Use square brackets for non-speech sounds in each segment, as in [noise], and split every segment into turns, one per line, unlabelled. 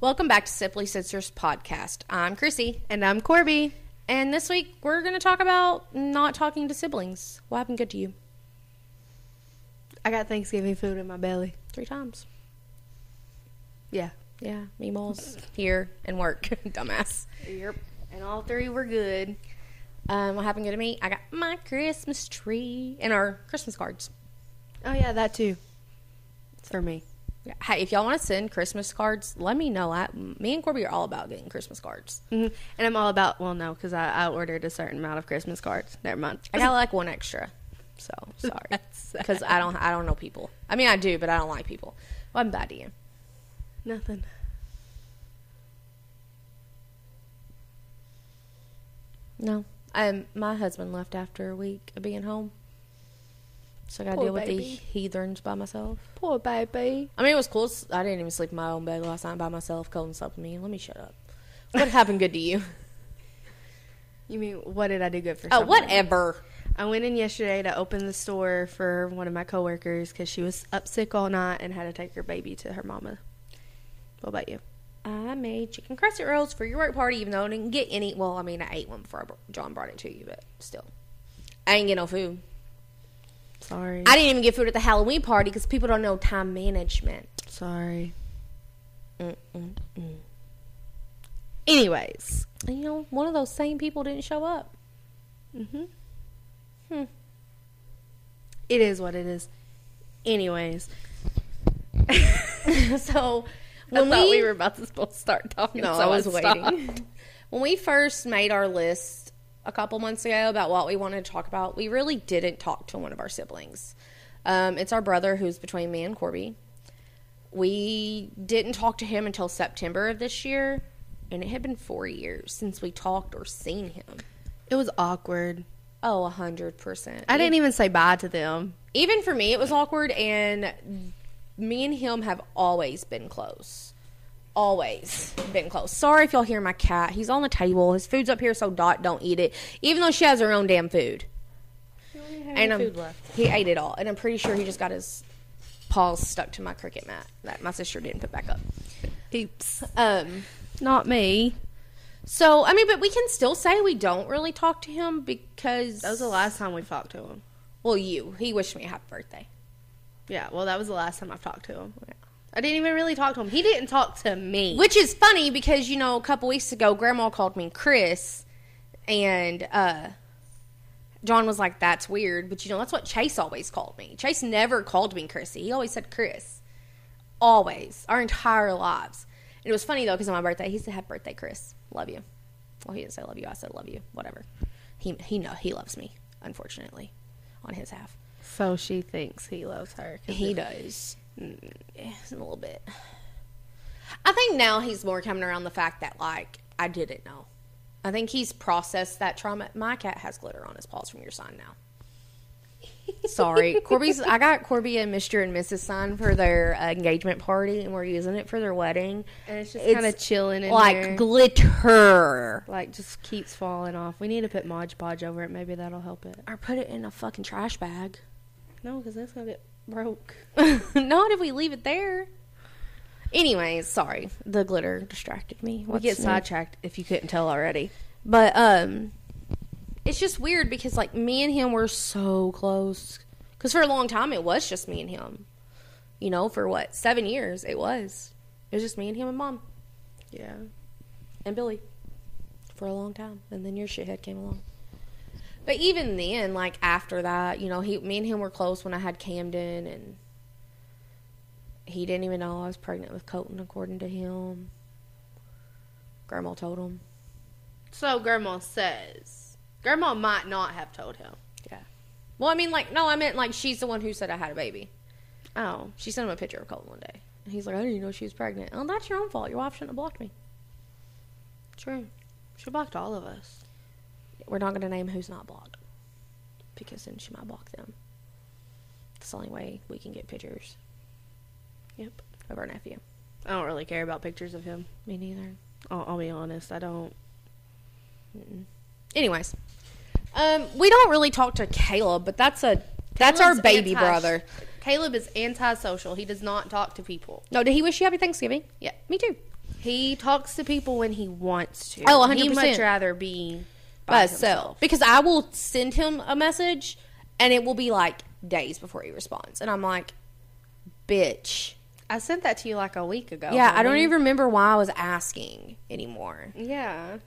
Welcome back to Simply Sisters podcast. I'm Chrissy,
And I'm Corby.
and this week we're going to talk about not talking to siblings. What happened good to you?
I got Thanksgiving food in my belly.
Three times.
Yeah.
Yeah, me moles [laughs] here and work, [laughs] dumbass.
Yep. And all three were good.
Um, what happened good to me? I got my Christmas tree and our Christmas cards.
Oh yeah, that too. For me.
Hey, if y'all want to send Christmas cards, let me know. I, me and Corby are all about getting Christmas cards.
hmm And I'm all about well, no, because I, I ordered a certain amount of Christmas cards. Never mind.
I got like one extra, so [laughs] sorry. Because I don't, I don't know people. I mean, I do, but I don't like people. What bad to you?
[laughs] nothing.
No. Um, my husband left after a week of being home, so I got to
Poor
deal with
baby.
the heathens by myself.
Poor baby.
I mean, it was cool. I didn't even sleep in my own bed last night by myself. Colton slept with me. Let me shut up. What happened good to you?
You mean what did I do good
[laughs]
for?
Oh,
someone?
whatever.
I went in yesterday to open the store for one of my coworkers because she was up sick all night and had to take her baby to her mama. What about you?
I made chicken crescent rolls for your work party, even though I didn't get any. Well, I mean, I ate one before I br- John brought it to you, but still. I ain't get no food.
Sorry.
I didn't even get food at the Halloween party because people don't know time management.
Sorry.
Mm-mm-mm.
Anyways.
And, you know, one of those same people didn't show up. [laughs]
Mm-hmm.
Hmm.
It is what it is. Anyways,
so
I
when
thought
we,
we, were about to supposed to start talking.
no,
so
I was
stopped.
waiting.
[laughs]
When we first made our list a couple months ago about what we wanted to talk about, we really didn't talk to one of our siblings. Um, it's our brother who's between me and Corby. We didn't talk to him until September of this year, and it had been four years since we talked or seen him.
It was awkward.
Oh, a hundred percent.
I didn't even say bye to them.
even for me it was awkward and me and him have always been close always been close sorry if y'all hear my cat he's on the table his food's up here so dot don't eat it even though she has her own damn food and um, he ate it all and i'm pretty sure he just got his paws stuck to my cricket mat that my sister didn't put back up
Oops,
um
not me.
so i mean but we can still say we don't really talk to him because
That was the last time we talked to him.
well you he wished me a happy birthday
Yeah, well, that was the last time I talked to him. I didn't even really talk to him. He didn't talk to me.
Which is funny because you know a couple weeks ago, Grandma called me Chris, and uh, John was like, "That's weird," but you know that's what Chase always called me. Chase never called me Chrissy. He always said Chris, always our entire lives. And it was funny though because on my birthday, he said, "Happy birthday, Chris. Love you." Well, he didn't say love you. I said love you. Whatever. He he know he loves me. Unfortunately, on his half,
So she thinks he loves her. 'cause
he
if-
does. Mm, Yeah, a little bit. I think now he's more coming around the fact that like I didn't know. I think he's processed that trauma. My cat has glitter on his paws from your sign now. [laughs] Sorry, Corby's. I got Corby and Mister and Mrs. sign for their uh, engagement party, and we're using it for their wedding.
And it's just kinda chilling in
like
there.
glitter,
like just keeps falling off. We need to put Mod Podge over it. Maybe that'll help it.
or put it in a fucking trash bag.
No, because that's gonna get [laughs] broke.
[laughs] Not if we leave it there. Anyways, sorry, the glitter distracted me.
We
What's
get
new?
sidetracked if you couldn't tell already.
But um it's just weird because like me and him were so close cuz for a long time it was just me and him. You know, for what? 7 years it was. It was just me and him and mom
Yeah.
and Billy for a long time, and then your shithead came along. But even then, like after that, you know, he, me and him were close when I had Camden, and he didn't even know I was pregnant with Colton, according to him. Grandma told him.
So grandma says. Grandma might not have told him.
Yeah. Well, I mean, like, no, I meant like she's the one who said I had a baby.
Oh.
She sent him a picture of Colton one day, and he's like, I didn't even know she was pregnant. Oh, that's your own fault. Your wife shouldn't have blocked me.
True. She blocked all of us.
We're not going to name who's not blocked because then she might block them. It's the only way we can get pictures
Yep.
of our nephew.
I don't really care about pictures of him.
Me neither.
I'll, I'll be honest. I don't.
Anyways, um, we don't really talk to Caleb, but that's a that's our
Caleb's
baby
anti-
brother.
Caleb is antisocial. He does not talk to people.
No, did he wish you happy Thanksgiving?
Yeah.
Me too.
He talks to people when he wants to.
Oh, 100%.
He'd much rather be
by
by
itself. Because I will send him a message and it will be like days before he responds. And I'm like, bitch.
I sent that to you like a week ago.
Yeah, I don't
honey.
even remember why I was asking anymore.
Yeah,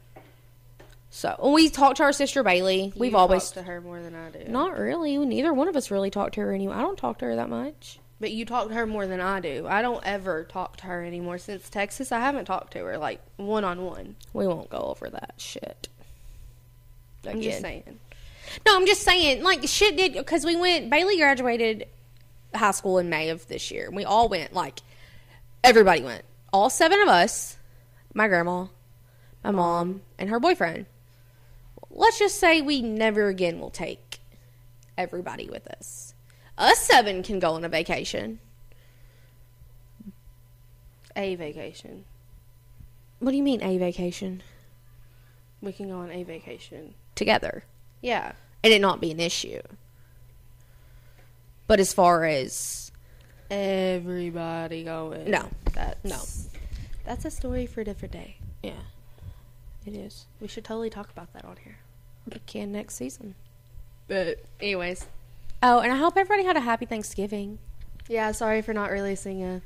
So, and we talked to our sister Bailey. We've
You
always
talk to her more than I do.
not really. Neither one of us really talked to her anymore. I don't talk to her that much.
But you talk to her more than I do. I don't ever talk to her anymore since Texas. I haven't talked to her like one on one.
We won't go over that shit.
I'm
Again.
just saying.
No, I'm just saying, like shit did because we went. Bailey graduated high school in May of this year. and We all went. Like everybody went. All seven of us. My grandma, my mom, and her boyfriend. Let's just say we never again will take everybody with us. Us seven can go on a vacation.
A vacation.
What do you mean a vacation
We can go on a vacation.
together?
Yeah.
And it not be an issue. But as far as
Everybody going.
No.
That's
No.
That's a story for a different day.
yeah, it is.
We should totally talk about that on here.
We can next season.
But anyways.
Oh, and I hope everybody had a happy Thanksgiving.
Yeah, sorry for not releasing a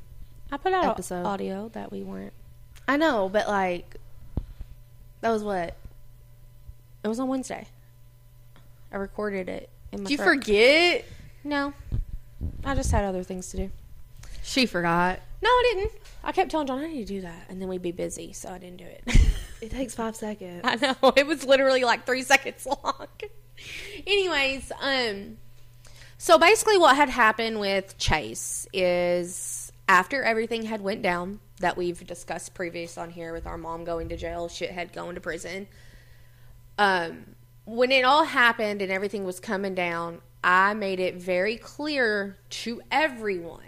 I put out
Episode.
audio that we weren't.
I know, but like that was what?
It was on Wednesday. I recorded it in my.
Did you
truck.
forget?
No, I just had other things to do.
She forgot.
No, I didn't. I kept telling John I need to do that, and then we'd be busy, so I didn't do it.
It takes five seconds.
I know [laughs] it was literally like three seconds [laughs] long. Anyways, um, so basically, what had happened with Chase is after everything had went down that we've discussed previous on here with our mom going to jail, shithead going to prison. Um, when it all happened and everything was coming down, I made it very clear to everyone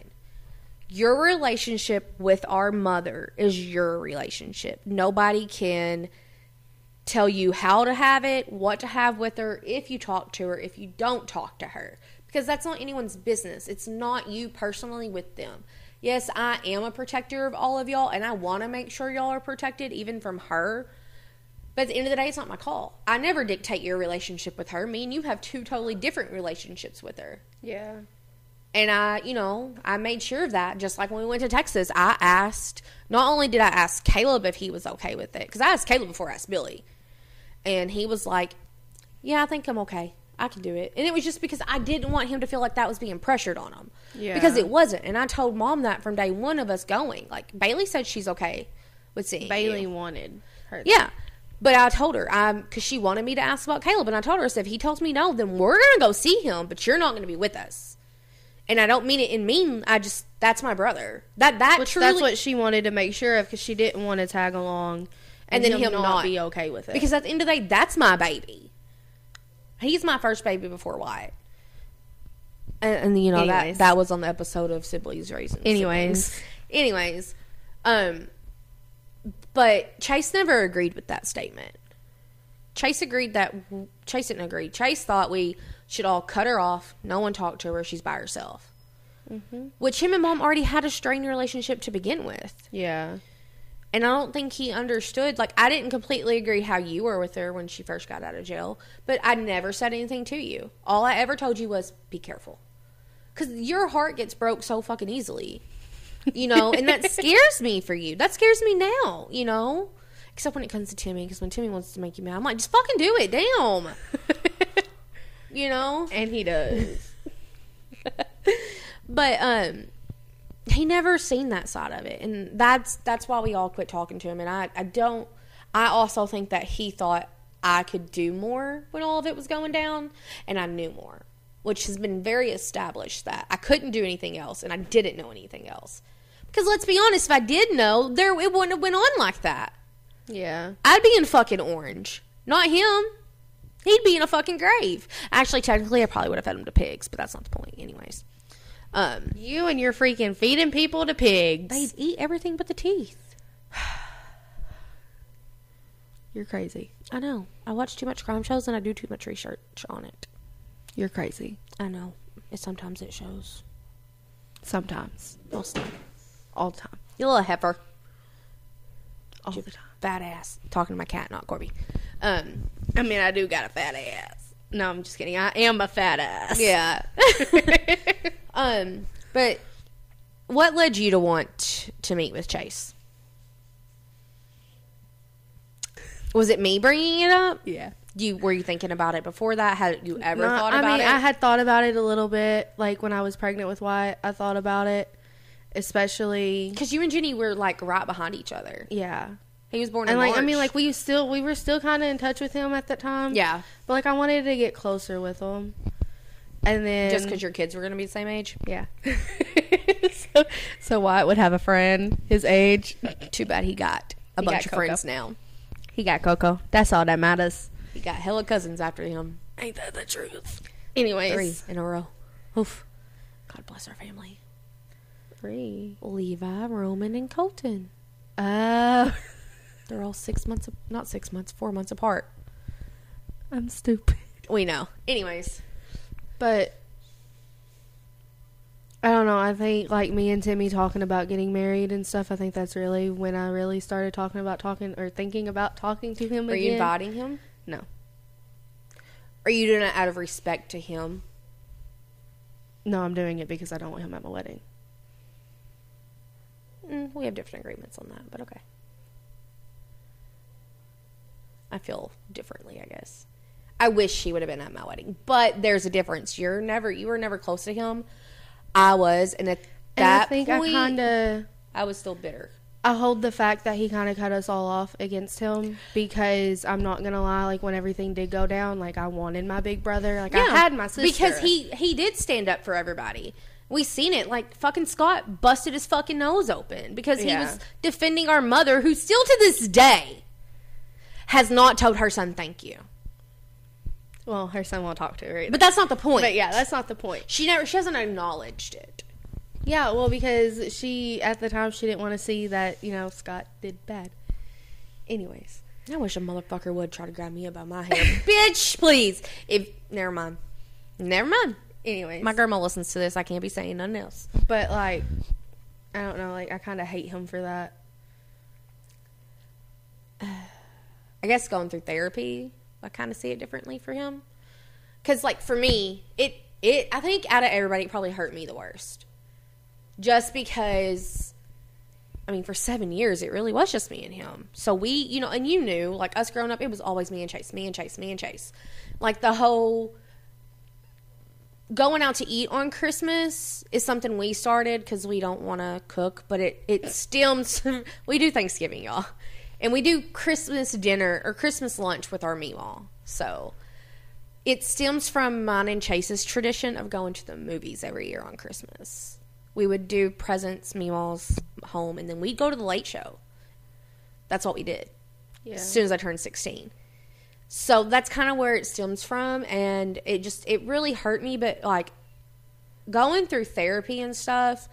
your relationship with our mother is your relationship. Nobody can tell you how to have it, what to have with her, if you talk to her, if you don't talk to her, because that's not anyone's business. It's not you personally with them. Yes, I am a protector of all of y'all, and I want to make sure y'all are protected, even from her. But at the end of the day, it's not my call. I never dictate your relationship with her. Me and you have two totally different relationships with her.
Yeah.
And I, you know, I made sure of that. Just like when we went to Texas, I asked, not only did I ask Caleb if he was okay with it, because I asked Caleb before I asked Billy. And he was like, Yeah, I think I'm okay. I can do it. And it was just because I didn't want him to feel like that was being pressured on him.
Yeah.
Because it wasn't. And I told mom that from day one of us going. Like, Bailey said she's okay with seeing. you.
Bailey wanted her.
Yeah. But I told her, um, because she wanted me to ask about Caleb, and I told her, I said, if he tells me no, then we're gonna go see him, but you're not gonna be with us. And I don't mean it in mean. I just that's my brother. That that
Which
truly
that's what she wanted to make sure of because she didn't want to tag along
And then him not.
be okay with it.
because at the end of the day, that's my baby. He's my first baby before Wyatt. And, and you know
Anyways.
that that was on the episode of Siblings Raising.
Anyways.
Siblings. anyways, um, but Chase never agreed with that statement. Chase agreed that Chase didn't agree. Chase thought we should all cut her off. No one talk to her. She's by herself.
Mm-hmm.
Which him and mom already had a strained relationship to begin with.
[laughs] yeah,
And I don't think he understood. Like, I didn't completely agree how you were with her when she first got out of jail, but I never said anything to you. All I ever told you was be careful. Because your heart gets broke so fucking easily, you know, and that scares me for you. That scares me now, you know? Except when it comes to Timmy, because when Timmy wants to make you mad, I'm like, just fucking do it, damn.
[laughs]
you know?
and he does.
but um he never seen that side of it and that's that's why we all quit talking to him and i i don't i also think that he thought i could do more when all of it was going down and i knew more which has been very established that i couldn't do anything else and i didn't know anything else because let's be honest if i did know there it wouldn't have went on like that
yeah,
I'd be in fucking orange, not him. He'd be in a fucking grave. Actually, technically, I probably would have fed him to pigs, but that's not the point, anyways. Um,
you and your freaking feeding people to pigs.
they eat everything but the teeth.
You're crazy.
I know. I watch too much crime shows and I do too much research on it.
You're crazy.
I know. It, sometimes it shows.
Sometimes,
Most of the time.
all the time.
You little heifer.
all the time.
Fat ass. Talking to my cat, not Corby. Um,
I mean, I do got a fat ass. No, I'm just kidding. I am a fat ass.
yeah. [laughs] um, but what led you to want to meet with Chase? Was it me bringing it up?
yeah.
You were you thinking about it before that? Had you ever
No,
thought
Uh, I
about
mean,
it?
I had thought about it a little bit, like when I was pregnant with Wyatt. I thought about it, especially.
Because you and Jenny were like right behind each other.
Yeah.
He was born in
And like, I
March.
mean, like we still we were still kind of in touch with him at that time.
yeah,
But like, I wanted to get closer with him, and then
just because your kids were gonna be the same age.
yeah. [laughs] so, so Wyatt would have a friend his age.
Too bad he got a
He
bunch
got
of
Coco.
friends now.
He got Coco. That's all that matters.
He got hella cousins after him.
Ain't that the truth?
Three
Anyways,
in a row. Oof. God bless our family.
three.
Levi, Roman, and Colton.
Oh, [laughs]
They're all six months, not six months, four months apart.
I'm stupid.
We know. Anyways,
But I don't know. I think like me and Timmy talking about getting married and stuff. I think that's really when I really started talking about talking or thinking about talking to him
are
again.
you inviting him?
No.
Are you doing it out of respect to him?
No, I'm doing it because I don't want him at my wedding.
Mm, we have different agreements on that, but okay. I feel differently, I guess. I wish she would have been at my wedding, but there's a difference. You're never, you were never close to him. I was, and at
And
that
I think
point,
I
I,
kind of
was still bitter.
I hold the fact that he kind of cut us all off against him because I'm not gonna lie. Like when everything did go down, like I wanted my big brother. Like I had my sister
because he he did stand up for everybody. We seen it like fucking Scott busted his fucking nose open because he
Yeah.
was defending our mother, who still to this day has not told her son thank you.
Well, her son won't talk to her. Either.
But that's not the point.
but yeah, that's not the point.
She never. She hasn't acknowledged it.
Yeah, well, because she at the time she didn't want to see that you know Scott did bad. Anyways,
I wish a motherfucker would try to grab me up by my hair, [laughs] bitch. Please. If never mind. Never mind.
anyways,
My grandma listens to this. I can't be saying nothing else.
but like I don't know, like I kind of hate him for that.
I guess going through therapy, I kind of see it differently for him. Cause like for me, it it I think out of everybody, it probably hurt me the worst. Just because, I mean, for seven years, it really was just me and him. So we, you know, and you knew, like us growing up, it was always me and Chase, me and Chase, me and Chase. Like the whole going out to eat on Christmas is something we started because we don't want to cook, but it it [laughs] stems. we do Thanksgiving, y'all, and we do Christmas dinner or Christmas lunch with our meatball. So it stems from mine and Chase's tradition of going to the movies every year on Christmas. We would do presents, meatballs, home, and then we'd go to the late show. That's what we did
Yeah,
as soon as I turned 16. So that's kind of where it stems from. And it just, it really hurt me. But like going through therapy and stuff,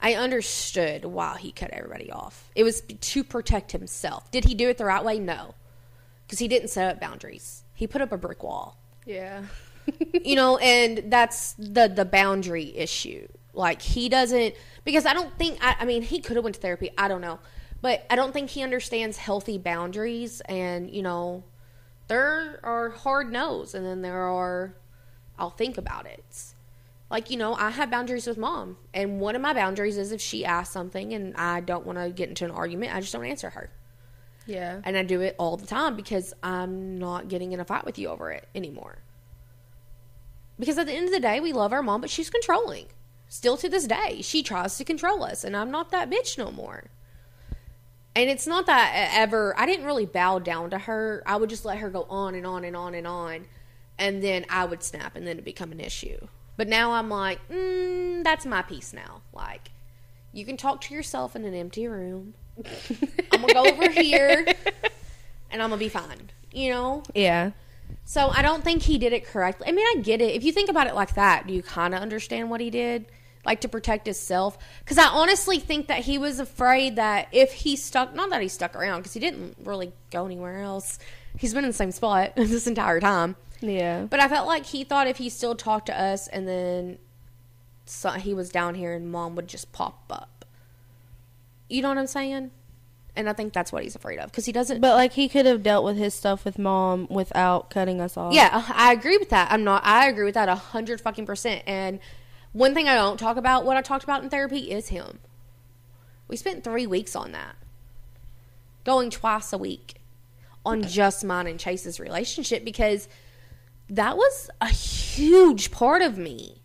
I understood why he cut everybody off. It was to protect himself. Did he do it the right way? No. Because he didn't set up boundaries, he put up a brick wall
[laughs] yeah,
[laughs] you know and that's the the boundary issue like he doesn't because i don't think i, I mean he could have went to therapy i don't know but i don't think he understands healthy boundaries and you know there are hard no's and then there are i'll think about it like you know i have boundaries with mom and one of my boundaries is if she asks something and i don't want to get into an argument i just don't answer her
yeah.
and I do it all the time because I'm not getting in a fight with you over it anymore. Because at the end of the day, we love our mom, but she's controlling. Still to this day, she tries to control us, and I'm not that bitch no more. And it's not that I ever, I didn't really bow down to her. I would just let her go on and on and on and on. And then I would snap, and then it'd become an issue. But now I'm like, mm, that's my piece now. Like, you can talk to yourself in an empty room. I'm gonna go over here and I'm gonna be fine. You know?
Yeah,
So I don't think he did it correctly. I mean, I get it. If you think about it like that, do you kind of understand what he did? Like to protect himself? Because I honestly think that he was afraid that if he stuck, not that he stuck around, because he didn't really go anywhere else. He's been in the same spot [laughs] this entire time.
yeah.
But I felt like he thought if he still talked to us and then so he was down here and mom would just pop up. You know what I'm saying? And I think that's what he's afraid of because he doesn't.
But like he could have dealt with his stuff with mom without cutting us off.
yeah, I agree with that. I'm not. I agree with that a hundred fucking percent. And one thing I don't talk about, what I talked about in therapy, is him. We spent three weeks on that, going twice a week, on just mine and Chase's relationship because that was a huge part of me,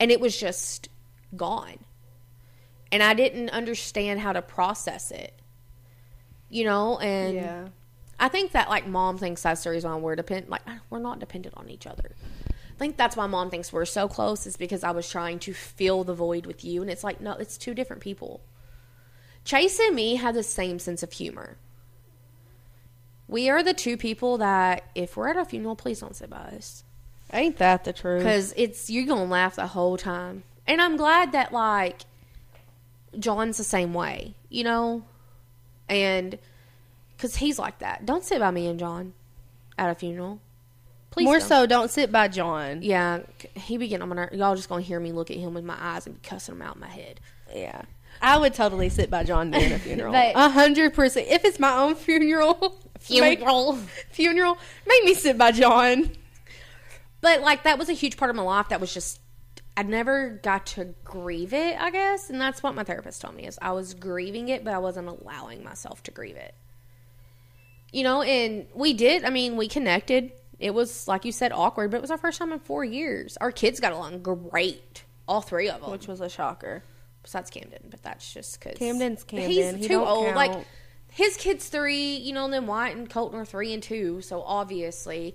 and it was just gone. And I didn't understand how to process it, you know. And
Yeah.
I think that like mom thinks that's the reason why we're dependent. Like we're not dependent on each other. I think that's why mom thinks we're so close is because I was trying to fill the void with you, and it's like no, it's two different people. Chase and me have the same sense of humor. We are the two people that if we're at a funeral, please don't sit by us
Ain't that the truth?
because it's you're gonna laugh the whole time. And I'm glad that like John's the same way, you know, and because he's like that. Don't sit by me and John at a funeral, please.
More
don't.
so, don't sit by John.
yeah. He be getting on my nerve. Y'all just gonna hear me look at him with my eyes and be cussing him out in my head.
Yeah. I would totally sit by John during a [laughs] funeral.
But-
A hundred percent. If it's my own funeral, [laughs]
Funeral.
make, funeral, make me sit by John.
But like that was a huge part of my life that was just I never got to grieve it, I guess, and that's what my therapist told me is I was grieving it, but I wasn't allowing myself to grieve it. You know, and we did. I mean, we connected. It was like you said, awkward, but it was our first time in four years. Our kids got along great, all three of them,
Which was a shocker.
besides Camden. But that's just because
Camden's Camden.
He's
He
too
don't
old.
count.
Like his kids three, you know, and then White and Colton are three and two. So obviously,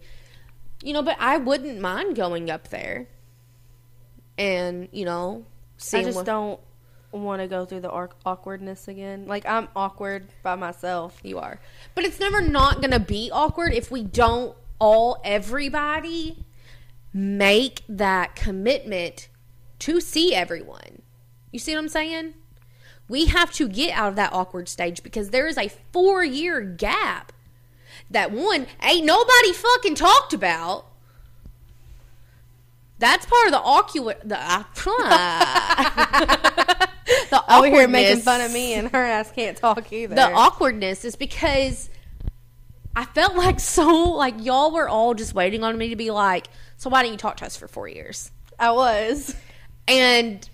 you know, but I wouldn't mind going up there, and you know,
I
seeing
just
what-
don't want to go through the awk- awkwardness again. Like I'm awkward by myself.
you are. But it's never not gonna be awkward if we don't all everybody make that commitment to see everyone. You see what I'm saying? We have to get out of that awkward stage because there is a four year gap that one ain't nobody fucking talked about. That's part of the awkward the, [laughs] the
Over here making fun of
awkwardness.
me, and her ass can't talk either.
The awkwardness is because I felt [laughs] like so like y'all were all just waiting on me to be like, so why didn't you talk to us for four years?
I was.
And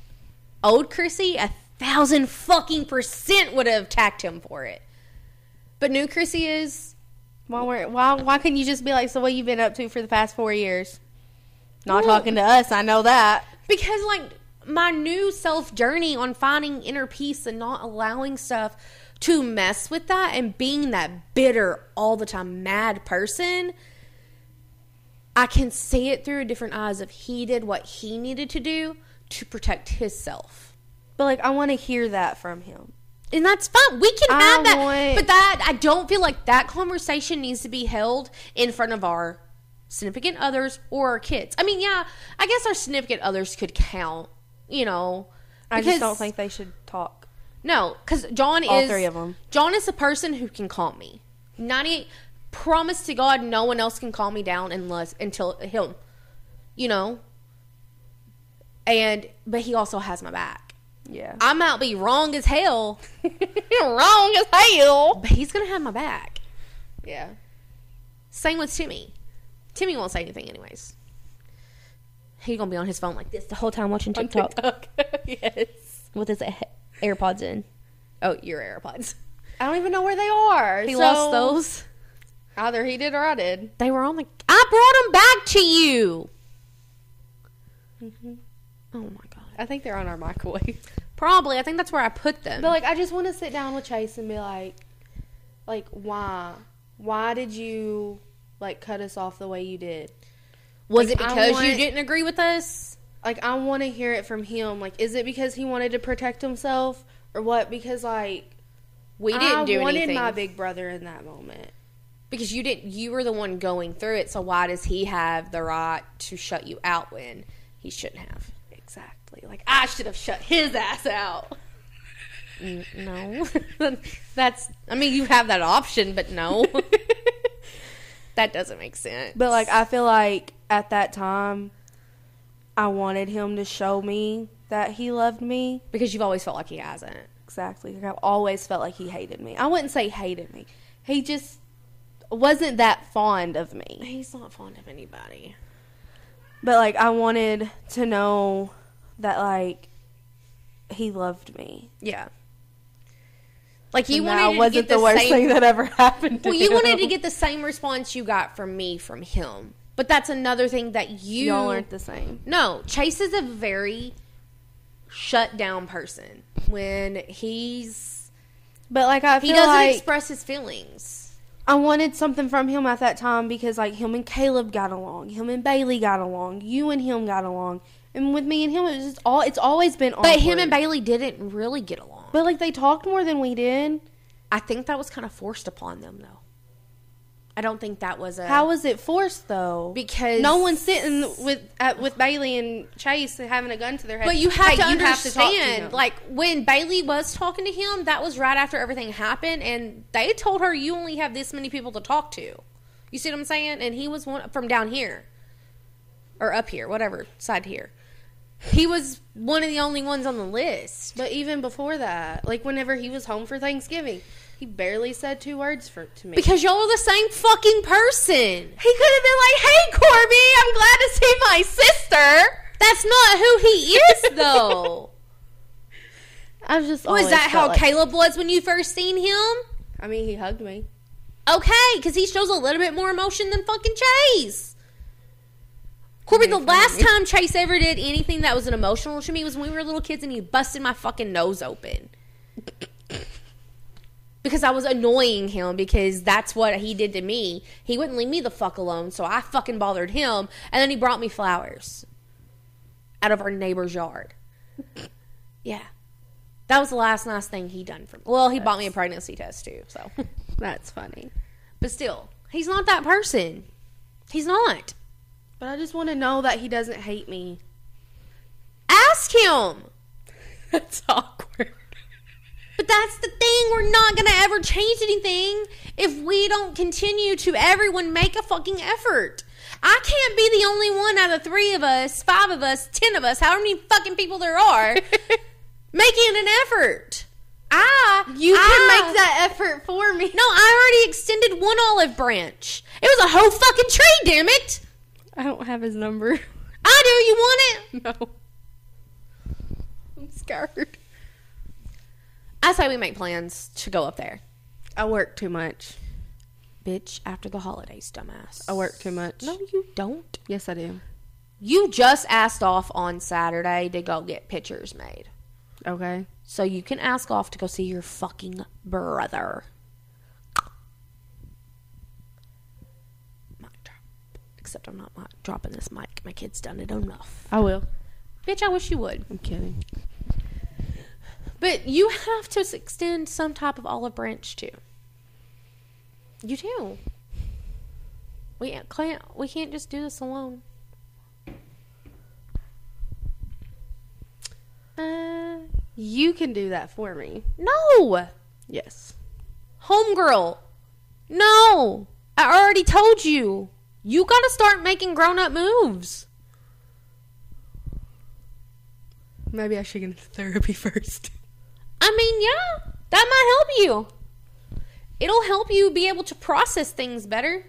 old Chrissy, a thousand fucking percent would have attacked him for it. But new Chrissy is
Why weren't why why couldn't you just be like, so what you been up to for the past four years? Not talking to us, I know that.
because like my new self journey on finding inner peace and not allowing stuff to mess with that and being that bitter all the time mad person i can see it through different eyes of he did what he needed to do to protect himself
But like I wanna hear that from him.
and that's fine we can
I
have that
want-
but that i don't feel like that conversation needs to be held in front of our significant others or our kids i mean yeah i guess our significant others could count you know
I just don't
because-
think they should talk.
no, because John
All
is
three of 'em.
John is the person who can calm me. Ninety-eight. Promise to God, no one else can calm me down unless until him. You know. And but he also has my back.
Yeah.
I might be wrong as hell,
[laughs] Wrong as hell.
but he's gonna have my back.
Yeah.
Same with Timmy. Timmy won't say anything anyways. He's gonna be on his phone like this the whole time watching TikTok
[laughs] yes.
with his he- AirPods in. Oh, your AirPods.
I don't even know where they are.
He
so
lost those.
Either he did or I did.
They were on the. I brought them back to you.
Mm-hmm.
Oh my god.
I think they're on our microwave. [laughs]
Probably. I think that's where I put them.
But like, I just want to sit down with Chase and be like, like, why, why did you like cut us off the way you did?
was it
like, I
because you
want-
didn't agree with us?
Like, I want to hear it from him. Like, is it because he wanted to protect himself or what? Because like,
We didn't
I
do
wanted
anything
my big brother in that moment.
because you didn't. You were the one going through it. So why does he have the right to shut you out when he shouldn't have?
Exactly. Like, I should have shut his ass out.
N- No, [laughs] that's. I mean, you have that option, but
[laughs]
no, that doesn't make sense.
But like I feel like at that time I wanted him to show me that he loved me.
because you've always felt like he hasn't.
Exactly. Like, I've always felt like he hated me. I wouldn't say hated me. He just wasn't that fond of me.
He's not fond of anybody.
But like I wanted to know that like he loved me.
Yeah. Like you
And
wanted
that
to
wasn't
get the,
the, worst
same.
thing that ever [laughs] happened. To
well, you wanted to
him.
get the same response you got from me from him, but that's another thing that you
y'all aren't the same.
No, Chase is a very shut down person. When he's
But like I feel
he doesn't
like
express his feelings.
I wanted something from him at that time because like him and Caleb got along, him and Bailey got along, you and him got along, and with me and him it was just all it's always been.
But him and
Bailey,
Bailey didn't really get along.
but like they talked more than we did.
I think that was kind of forced upon them though. I don't think that was a
How was it forced though?
because
no one's sitting with at, with Bailey and Chase and having a gun to their head.
But you have
Hey,
to
have to talk
understand,
to him.
like when Bailey was talking to him, that was right after everything happened, and they told her you only have this many people to talk to. You see what I'm saying? And he was one from down here, or up here, whatever side here. He was one of the only ones on the list.
But even before that, like whenever he was home for Thanksgiving, he barely said two words for to me.
Because y'all are the same fucking person. He could have been like, hey, Corby, I'm glad to see my sister. That's not who he [laughs] is, though.
I've just
Was
always
that
felt
how
like-
Caleb was when you first seen him?
I mean, he
[laughs]
hugged me.
Okay, because he shows a little bit more emotion than fucking Chase. Corby, the last time Chase ever did anything that was an emotional to me was when we were little kids and he busted my fucking nose open. Because I was annoying him because that's what he did to me. He wouldn't leave me the fuck alone, so I fucking bothered him. And then he brought me flowers out of our neighbor's yard. Yeah. That was the last nice thing he done for me. Well, he bought me a pregnancy test too, so. [laughs]
That's funny.
But still, he's not that person. He's not.
But I just want to know that he doesn't hate [laughs] me.
Ask him.
[laughs] That's awkward.
But that's the thing. We're not going to ever change anything if we don't continue to everyone make a fucking effort. I can't be the only one out of three of us, five of us, ten of us, however many fucking people there
[laughs]
are, making an effort. I
You can
I-
make that effort for me.
No, I already extended one olive branch. It was a whole fucking tree, damn it.
I don't have his number. [laughs]
I do. You want it?
No. I'm scared.
I say we make plans to go up there.
I work too much.
Bitch, after the holidays, dumbass.
I work too much.
Oh, No, you don't.
Yes, I do.
You just asked off on Saturday to go get pictures made.
Okay.
So you can ask off to go see your fucking brother. Mic drop. Except I'm not mic dropping this mic. My kid's done it enough.
I will.
Bitch, I wish you would.
I'm kidding.
But you have to extend some type of olive branch too. You do. We can't. We can't just do this alone.
Uh, you can do that for me.
No,
Yes.
homegirl. No, I already told you. You gotta start making grown-up moves.
Maybe I should get into therapy [laughs] first.
I mean, yeah, that might help you. It'll help you be able to process things better.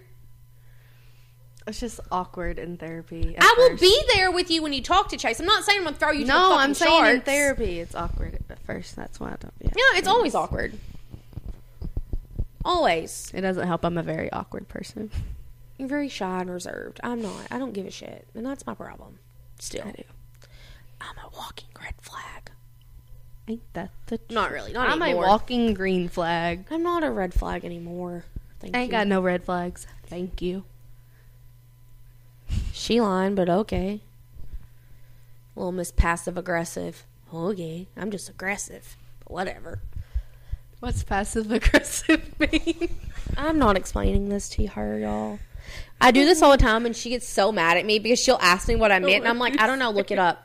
It's just awkward in therapy. at
I will
first.
be there with you when you talk to Chase. I'm not saying I'm gonna throw you. to the
No,
fucking
I'm saying in
sharks.
therapy it's awkward at first. That's why I don't. Yeah.
Yeah, it's always awkward. Always.
It doesn't help. I'm a very awkward person. [laughs]
You're very shy and reserved. I'm not. I don't give a shit. And that's my problem. Still.
I do.
I'm a walking red flag.
Ain't that the truth?
Not really. Not
I'm a
anymore.
walking green flag.
I'm not a red flag anymore. Thank
I ain't
you.
got no red flags. Thank you.
She lying, but okay. Little Miss Passive Aggressive. Okay. I'm just aggressive. But whatever.
What's passive aggressive [laughs] mean?
I'm not explaining this to her, y'all. I do this all the time, and she gets so mad at me because she'll ask me what I meant, and I'm like, I don't know. Look it up.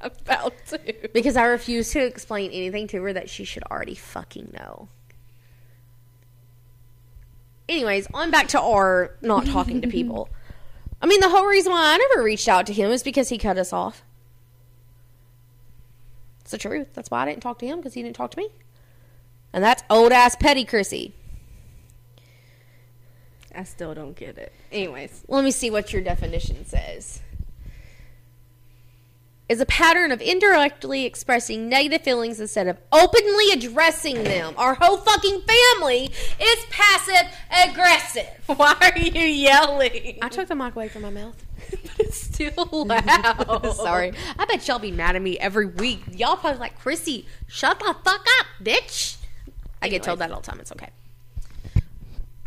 About [laughs] to.
Because I refuse to explain anything to her that she should already fucking know. Anyways, on back to our not talking to people. I mean, the whole reason why I never reached out to him is because he cut us off. It's the truth. That's why I didn't talk to him because he didn't talk to me. And that's old ass petty Chrissy.
I still don't get it. Anyways,
Let me see what your definition says. Is a pattern of indirectly expressing negative feelings instead of openly addressing them. Our whole fucking family is passive aggressive. [laughs] Why are you yelling?
I took the mic away from my
[laughs]
mouth.
It's still [laughs] loud. Sorry. I bet y'all be mad at me every week. Y'all probably like, Chrissy, shut the fuck up, bitch. I get told that all the time. It's okay.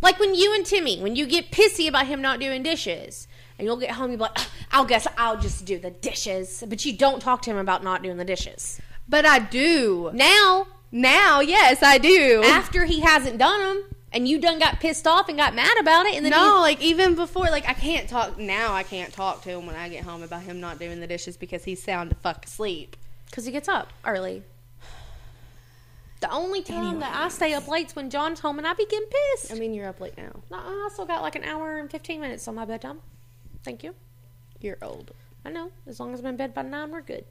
Like when you and Timmy, when you get pissy about him not doing dishes, and you'll get home, you'll be like, "Ugh, I'll guess I'll just do the dishes. But you don't talk to him about not doing the dishes.
But I do
Now,
now. Yes, I do.
after he hasn't done them, and you done got pissed off and got mad about it, and then
no, like even before, like I can't talk now. I can't talk to him when I get home about him not doing the dishes because he's sound to fuck asleep.
Because he gets up early. The only time that I stay up late's when John's home and I be getting pissed.
I mean, you're up late now.
Nuh-uh, I still got like an hour and 15 minutes on my bedtime. Thank you.
You're old.
I know. As long as I'm in bed by 9, we're good.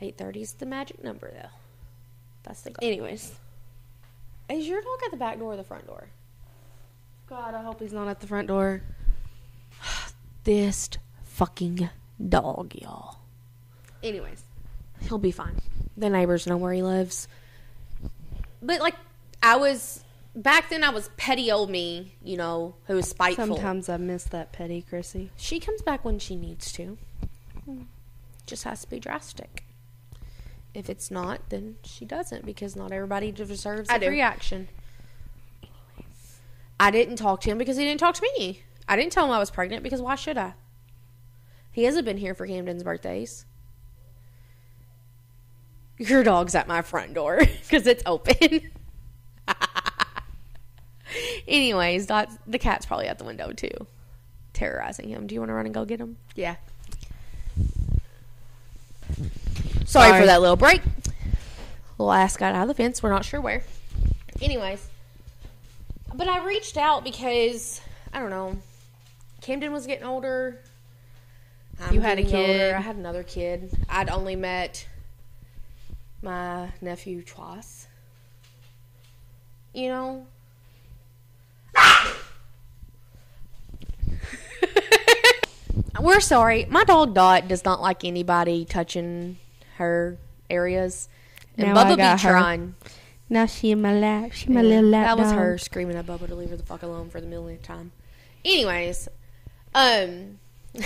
8.30 is the magic number, though. That's the goal.
Anyways,
Is your dog at the back door or the front door?
God, I hope he's not at the front door.
This fucking dog, y'all.
Anyways,
he'll be fine. The neighbors know where he lives. But like I was back then I was petty old me, you know, who was spiteful.
sometimes I miss that petty Chrissy.
She comes back when she needs to. Just has to be drastic. If it's not, then she doesn't because not everybody deserves
I
a
do.
reaction. I didn't talk to him because he didn't talk to me. I didn't tell him I was pregnant because why should I? He hasn't been here for Camden's birthdays. Your dog's at my front door [laughs] because it's open. [laughs] Anyways, that's, the cat's probably out the window too, terrorizing him. Do you want to run and go get him?
Yeah.
Sorry,
Sorry.
for that little break. Little ass got out of the fence. We're not sure where. Anyways, but I reached out because I don't know. Camden was getting older. I'm
You had a
getting
kid.
I had another kid. I'd only met my nephew twice. You know. We're sorry. My dog Dot does not like anybody touching her areas. And
Now I
Bubba
got
be
her.
trying.
Now she in my lap. She my
that was her screaming at Bubba to leave her the fuck alone for the millionth time. Anyways, um, [laughs] I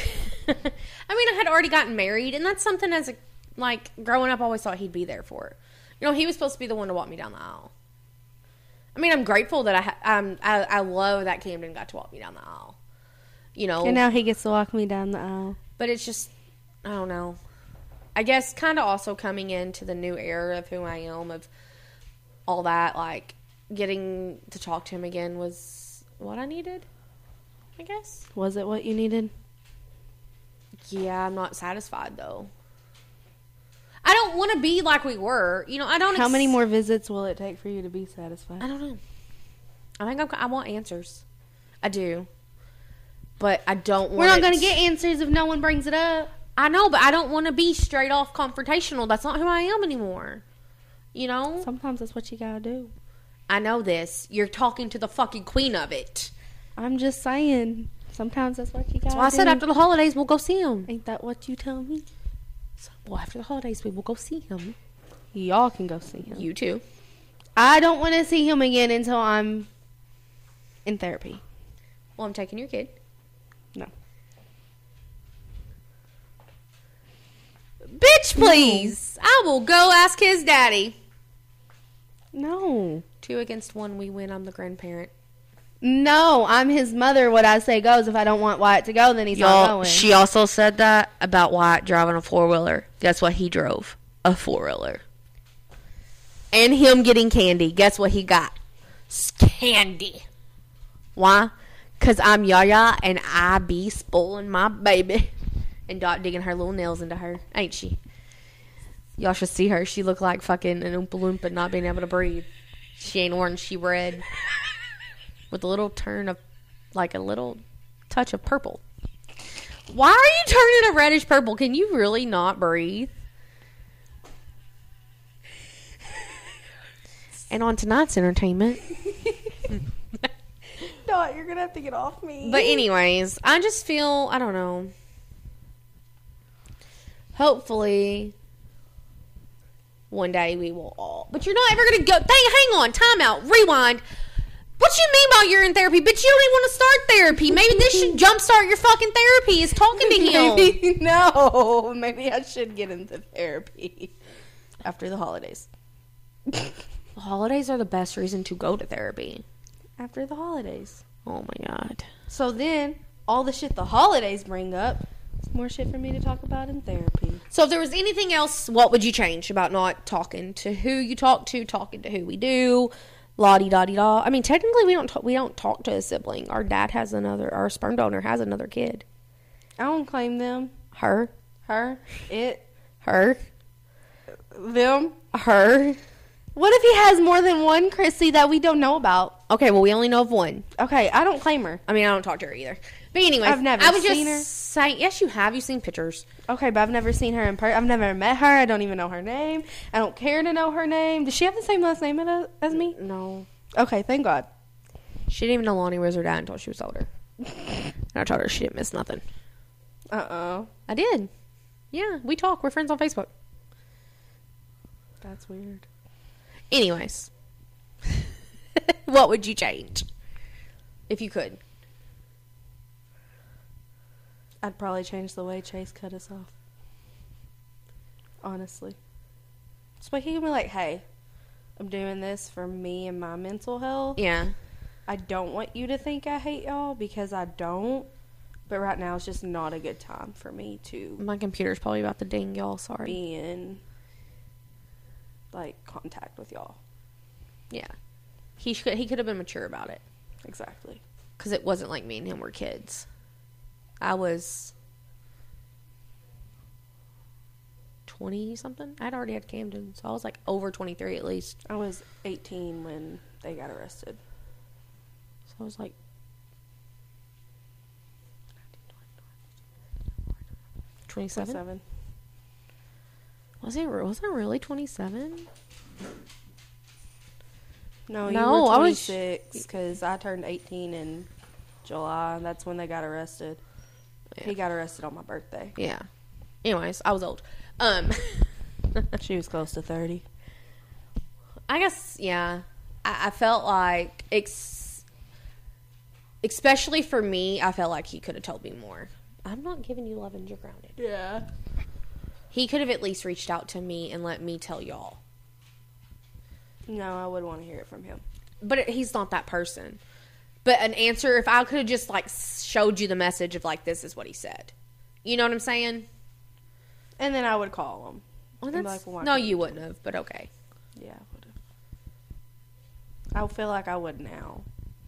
mean, I had already gotten married, and that's something as a like growing up, I always thought he'd be there for. You know, he was supposed to be the one to walk me down the aisle. I mean, I'm grateful that I ha- um I, I love that Camden got to walk me down the aisle. You know,
And now he gets to walk me down the aisle.
but it's just I don't know. I guess kind of also coming into the new era of who I am of all that like getting to talk to him again was what I needed. I guess.
Was it what you needed?
Yeah, I'm not satisfied though. I don't want to be like we were. You know, I don't
How many
ex-
more visits will it take for you to be satisfied?
I don't know. I think I'm, I want answers. I do. But I don't want
We're not going
it-
to get answers if no one brings it up.
I know, but I don't want to be straight off confrontational. That's not who I am anymore. You know?
Sometimes that's what you got to do.
I know this. You're talking to the fucking queen of it.
I'm just saying. Sometimes that's what you got to do.
So I said after the holidays we'll go see him.
Ain't that what you tell me?
So, well, after the holidays we will go see him.
Y'all can go see him.
You too.
I don't want to see him again until I'm in therapy.
Well, I'm taking your kid.
No.
Bitch, please. I will go ask his daddy.
No.
Two against one, we win. I'm the grandparent.
No, I'm his mother. What I say goes. If I don't want Wyatt to go, then he's not going.
also said that about Wyatt driving a four wheeler. Guess what he drove? A four wheeler. And him getting candy. Guess what he got? S- Candy. Why? Cause I'm Yaya and I be spoiling my baby. And Dot digging her little nails into her, ain't she? Y'all should see her. She look like fucking an Oompa Loompa not being able to breathe. She ain't orange, she red.
[laughs]
With a little turn of, like a little touch of purple. Why are you turning a reddish purple? Can you really not breathe?
And on tonight's
[laughs]
entertainment,
No, you're gonna have to get off me.
But anyways, I just feel I don't know. Hopefully, one day we will all. But you're not ever gonna go. Dang, hang on, time out, rewind. What you mean by you're in therapy? Bitch, you don't even want to start therapy. Maybe this should jumpstart your fucking therapy. Is talking to him.
[laughs] maybe no. Maybe I should get into therapy after the holidays.
Holidays are the best reason to go to therapy.
after the holidays.
Oh my god.
So then, all the shit the holidays bring up, it's more shit for me to talk about in therapy.
So if there was anything else, what would you change about not talking to who you talk to, talking to who we do, la di da di da? I mean, technically we don't talk, we don't talk to a sibling. Our dad has another, our sperm donor has another kid.
I don't claim them,
Her,
her, it,
her,
them.
her.
What if he has more than one Chrissy that we don't know about?
Okay, well we only know of one.
Okay, I don't claim her.
I mean, I don't talk to her either. But anyway,
I've never
I was
seen
just
her.
saying, yes, you have. You've seen pictures.
Okay, but I've never seen her in person. I've never met her. I don't even know her name. I don't care to know her name. Does she have the same last name as as me?
No,
Okay, thank God.
she didn't even know Lonnie was her dad until she was older. [laughs] and I told her she didn't miss nothing.
Uh oh,
I did. Yeah, we talk. We're friends on Facebook.
that's weird.
Anyways, [laughs] what would you change if you could?
I'd probably change the way Chase cut us off. Honestly. So like, he can be like, hey, I'm doing this for me and my mental health.
Yeah,
I don't want you to think I hate y'all because I don't. But right now it's just not a good time for me to
my computer's probably about to ding, y'all. Sorry.
be in like contact with y'all.
Yeah, he should. He could have been mature about it
Exactly.
because it wasn't like me and him were kids. I was twenty something. I'd already had Camden, so I was like over twenty three at least.
I was 18 when they got arrested.
So I was like. Twenty-seven.
Seven.
Was it? Was I really twenty-seven? No,
No, you were
I was-
26 because I turned 18 in July, and that's when they got arrested.
Yeah.
He got arrested on my birthday.
Yeah. Anyways, I was old. Um, [laughs]
She was close to 30.
I guess yeah. I, I felt like ex- especially for me, I felt like he could have told me more. I'm not giving you love and you're grounded.
Yeah.
He could have at least reached out to me and let me tell y'all.
No, I would want to hear it from him.
But it, he's not that person. But an answer, if I could have just like s- showed you the message of like this is what he said, you know what I'm saying?
And then I would call him.
Well,
And be
that's-
like, "Why
no,
couldn't
you wouldn't have. But okay,
Yeah, I would have. I feel like I would now.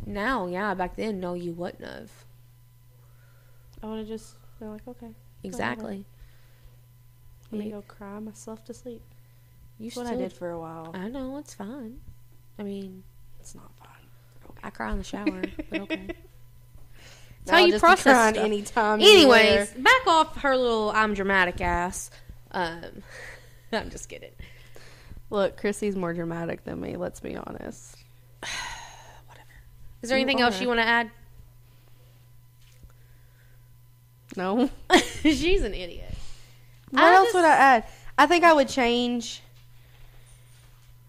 now yeah, back then no, you wouldn't have.
I would have just been like, okay,
Exactly.
let me
You-
go cry myself to sleep.
You
That's what I did for a while.
I know it's fine. I mean,
It's not [laughs] fun.
I cry in the shower, [laughs] but okay.
Now
how
I'll
you
just be
process
crying
stuff.
anytime.
Anyways,
anywhere.
back off her little I'm dramatic ass. Um, [laughs] I'm just kidding.
Look, Chrissy's more dramatic than me. Let's be honest.
Is there
You
anything else
are.
you want to add? [laughs]
No.
She's an idiot.
What
I
else
just-
would I add? I think I would change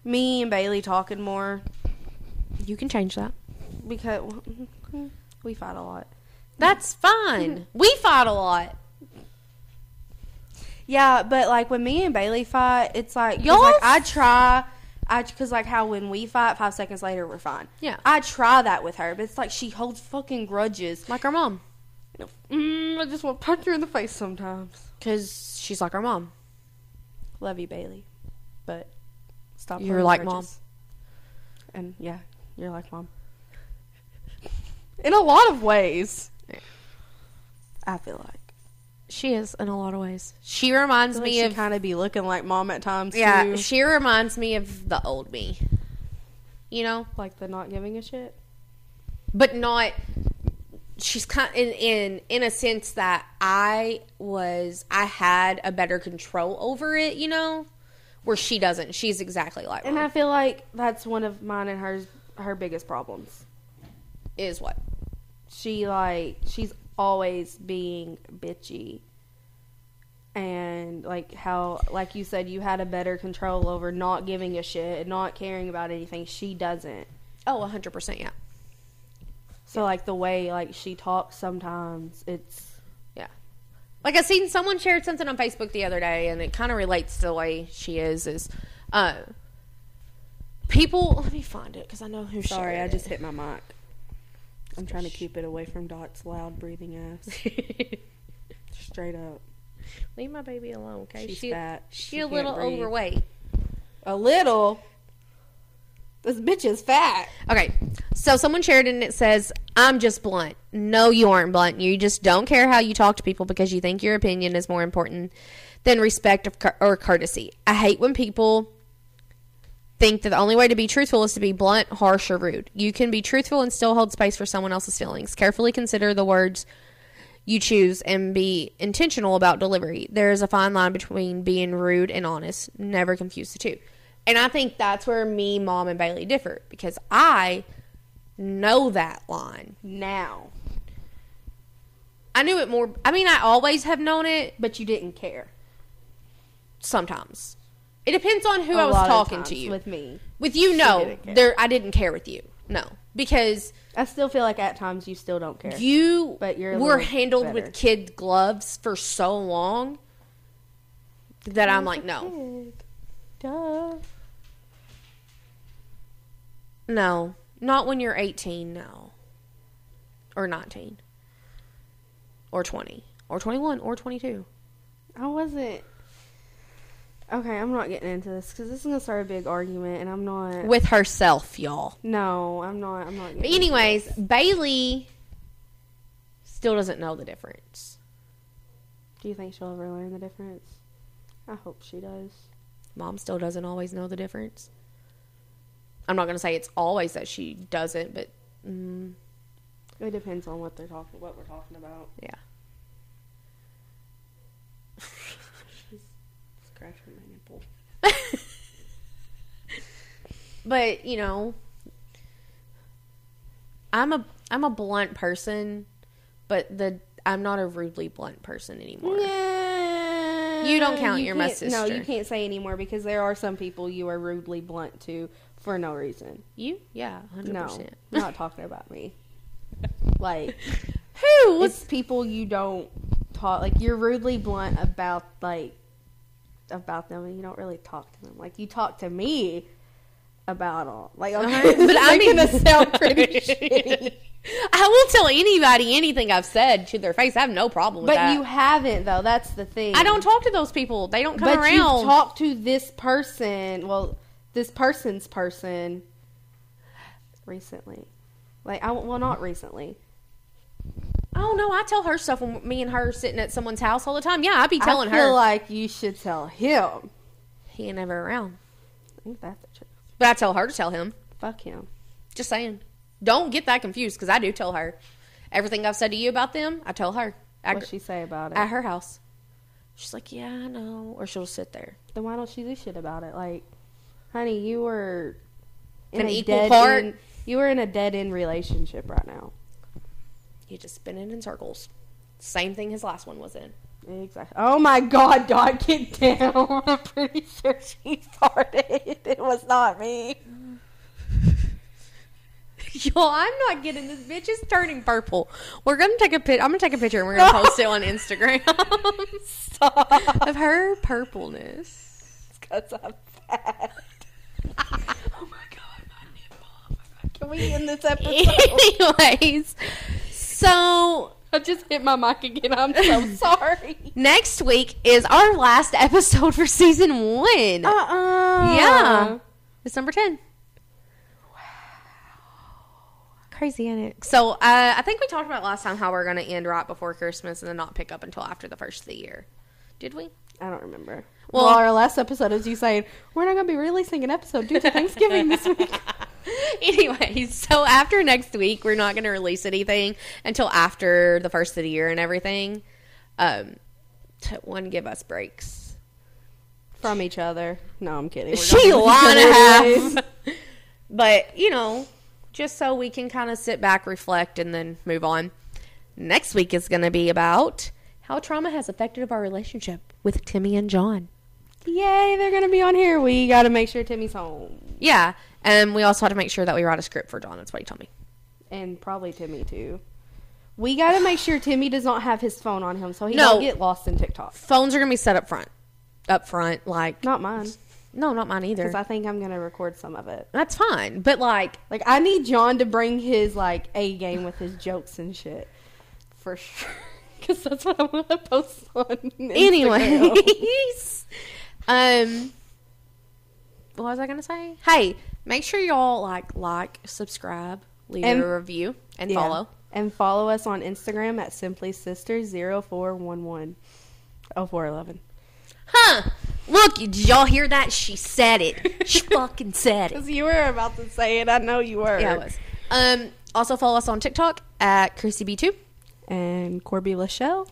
me and Bailey talking more
You can change that.
because we fight a lot.
That's [laughs] fine. we fought a lot.
Yeah, but like when me and Bailey fight, it's like, 'cause,
Y'all
like I try, I because like how when we fight, five seconds later we're fine.
Yeah.
I try that with her, but it's like she holds fucking grudges.
Like our mom,
Mm, I just want to punch her in the face sometimes.
because she's like our mom.
Love you, Bailey, but stop.
You're
holding
like mom.
grudges. and yeah, you're like mom. In a lot of ways,
Yeah.
I feel like
She is in a lot of ways. She reminds
I feel like
me
she
of
kind of be looking like mom at times.
yeah.
too.
She reminds me of the old me. You know,
like the not giving a shit.
but not she's kind in in in a sense that I was I had a better control over it, you know. where she doesn't. She's exactly like
And
mine.
I feel like that's one of mine and hers her biggest problems.
is what
She like she's always being bitchy. And like how like you said you had a better control over not giving a shit and not caring about anything. She doesn't.
oh 100% yeah
So like the way like she talks sometimes it's
like I seen someone shared something on Facebook the other day, and it kind of relates to the way she is. Is uh, people? Let me find it because I know who.
Sorry,
shared
I
it.
just hit my mic. I'm trying to keep it away from Dot's loud breathing ass.
[laughs]
Straight up.
leave my baby alone. Okay,
She's
she
fat.
she,
She
a
can't
little
breathe.
overweight.
A little. This bitch is fat.
Okay, so someone shared it and it says, "I'm just blunt." No, you aren't blunt. You just don't care how you talk to people because you think your opinion is more important than respect of cour- or courtesy. I hate when people think that the only way to be truthful is to be blunt, harsh, or rude. You can be truthful and still hold space for someone else's feelings. Carefully consider the words you choose and be intentional about delivery. There is a fine line between being rude and honest. Never confuse the two. And I think that's where me, mom, and Bailey differ because I know that line.
Now.
I knew it more. I mean, I always have known it
But you didn't care.
sometimes. It depends on who I
A
was
lot of
talking to
times
you. With,
With me.
you, no.
didn't care.
There, I didn't care with you. No. Because
I still feel like at times you still don't care.
you
But you're a
were
little
handled
better.
with kid gloves for so long that I'm like, no.
Duh.
No, not when you're 18, no. Or 19. Or 20. Or 21. Or 22.
I wasn't. Okay, I'm not getting into this because this is gonna start a big argument, and I'm not.
With herself, y'all.
no, I'm not. I'm not. Getting
But, anyways, Bailey still doesn't know the difference.
do you think she'll ever learn the difference? I hope she does.
Mom still doesn't always know the difference. I'm not going to say it's always that she doesn't, but mm,
It depends on what they're talking, what we're
[laughs]
talking about.
yeah.
She's scratching my nipple.
but you know i'm a i'm a blunt person but the i'm not a rudely blunt person anymore You don't count, you're my
can't- No, you
sister.
can't say anymore because there are some people you are rudely blunt to for no reason.
you yeah 100%
No,
[laughs]
not talking about me. [laughs] Like
who was
it's people you don't talk like you're rudely blunt about like about them and you don't really talk to them. Like you talk to me about all
[laughs]
[laughs] like okay,
but I
I'm
mean- [laughs]
gonna sound pretty shitty.
i will tell anybody anything i've said to their face i have no problem with
But
that
you haven't though. That's the thing.
i don't talk to those people they don't come
but
around
you talk to this person. Well, this person's person recently. Like I well not recently.
oh no i tell her stuff when me and her are sitting at someone's house all the time yeah i'd be telling
I feel
her
like you should tell him.
he ain't ever around
I think that's the truth.
but i tell her to tell him
Fuck him.
Just saying. Don't get that confused because I do tell her everything I've said to you about them. I tell her at,
What'd she say about it?
at her house. She's like, "Yeah, I know," or she'll sit there.
then why don't she do shit about it? Like, honey, you were
An equal part.
end- you were in a dead end relationship right now.
You just spinning in circles. Same thing his last one was [laughs] in.
Exactly. Oh my God, Dot, get down! [laughs] I'm pretty sure she farted. It was not [laughs] me.
Yo, I'm not getting this. Bitch is turning purple. We're gonna take a pic. I'm gonna take a picture and we're gonna post it on Instagram [laughs]
Stop.
of her purpleness.
Because I'm [laughs] fat.
[laughs] oh my god, my
[laughs] Can we end this episode?
[laughs] Anyways, so
[laughs] I just hit my mic again. I'm so [laughs] sorry.
next week is our last episode for season one.
Uh-uh.
Yeah. It's number 10. Wow. Crazy, isn't it? So uh, I think we talked about last time how we're going to end right before Christmas and then not pick up until after the first of the year. Did we? [laughs]
I don't remember.
Well-
Well, our last episode is you saying we're not going to be releasing an episode due to Thanksgiving [laughs] this week.
anyway, so after next week, we're not going to release anything until after the first of the year and everything. Um, to one, give us breaks
from each other. No, I'm kidding. We're
She
not-
lie and
[laughs]
a half. [laughs] but, you know, just so we can kind of sit back, reflect, and then move on. Next week is going to be about how trauma has affected our relationship with Timmy and John.
Yay, they're gonna be on here. We gotta make sure Timmy's home.
Yeah. And we also had to make sure that we write a script for John. That's what he told me.
And probably Timmy too. We gotta make sure Timmy does not have his phone on him so he
No.
don't get lost in TikTok.
Phones are going to be set up front. Up front. Like,
Not mine.
no, not mine either.
Because I think I'm gonna record some of it.
That's fine. But, like,
Like I need John to bring his like A game with his jokes and shit. For sure. [laughs] Cause that's what I wanna post on. Anyway.
[laughs] Anyways,
[laughs]
um, what was I gonna say? Hey, make sure y'all like, like, subscribe, leave
And-
a review, and
Yeah.
follow.
And follow us on Instagram at Simply Sisters 0411. Oh, 0411.
Huh? Look, did y'all hear that? She said it.
[laughs]
She fucking said it.
Because you were about to say it. I know you were.
Yeah, it was. Um, also follow us on TikTok at Chrissy B two.
And Corby Lachelle.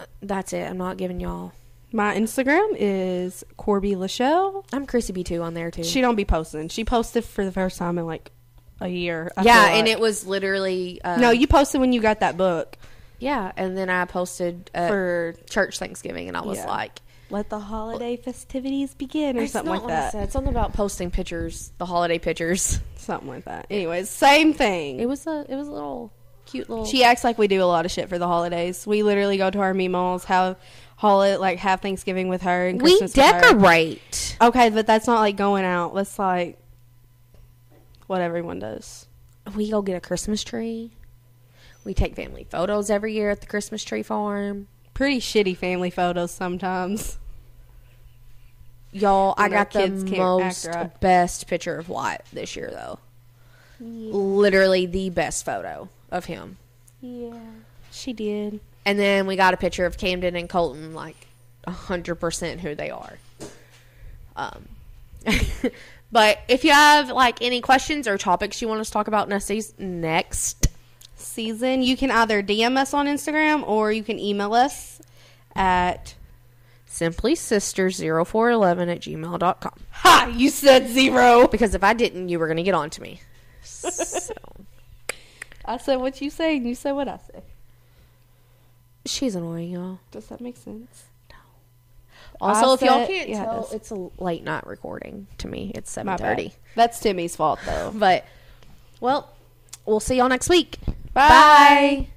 Uh, That's it. I'm not giving y'all.
My Instagram is Corby Lachelle.
I'm Chrissy B two on there too.
She don't be posting. She posted for the first time in like a year. I
yeah,
feel
and
like.
it was literally uh,
No, you posted when you got that book
Yeah, and then I posted uh,
for
church Thanksgiving, and I was
Yeah.
like.
Let the Holiday Festivities Begin or
That's
something
not
like
what I
that.
said. Something about posting pictures, the holiday pictures.
Something like that. Anyways,
[laughs]
same
It
thing.
was a it was a little cute little.
She acts like we do a lot of shit for the holidays. We literally go to our meals, have holiday, like have Thanksgiving with her and
we
Christmas with her.
decorate.
Okay, but that's not like going out. That's like what everyone does.
We go get a Christmas tree. We take family photos every year at the Christmas tree farm.
Pretty shitty family photos sometimes.
Y'all, I
When our
got the
kids can't
most
act right.
best picture of Wyatt this year though. Literally the best photo of him.
Yeah, she did.
And then we got a picture of Camden and Colton, like hundred percent who they are. Um, [laughs] but if you have like any questions or topics you want us to talk about in these next,
Season. You can either DM us on Instagram or you can email us at.
simply sister 0411 at gmail.com.
Ha! You said zero.
Because if I didn't, you were going to get on to me.
[laughs]
So,
I said what you say, and you said what I say.
she's annoying, y'all.
Does that make sense?
Also,
I
if y'all
said-
can't
yeah, it
tell,
does.
it's a late night recording to me. It's
My
7.30.
bad. That's Timmy's fault, though.
But, well, we'll see y'all next week.
Bye.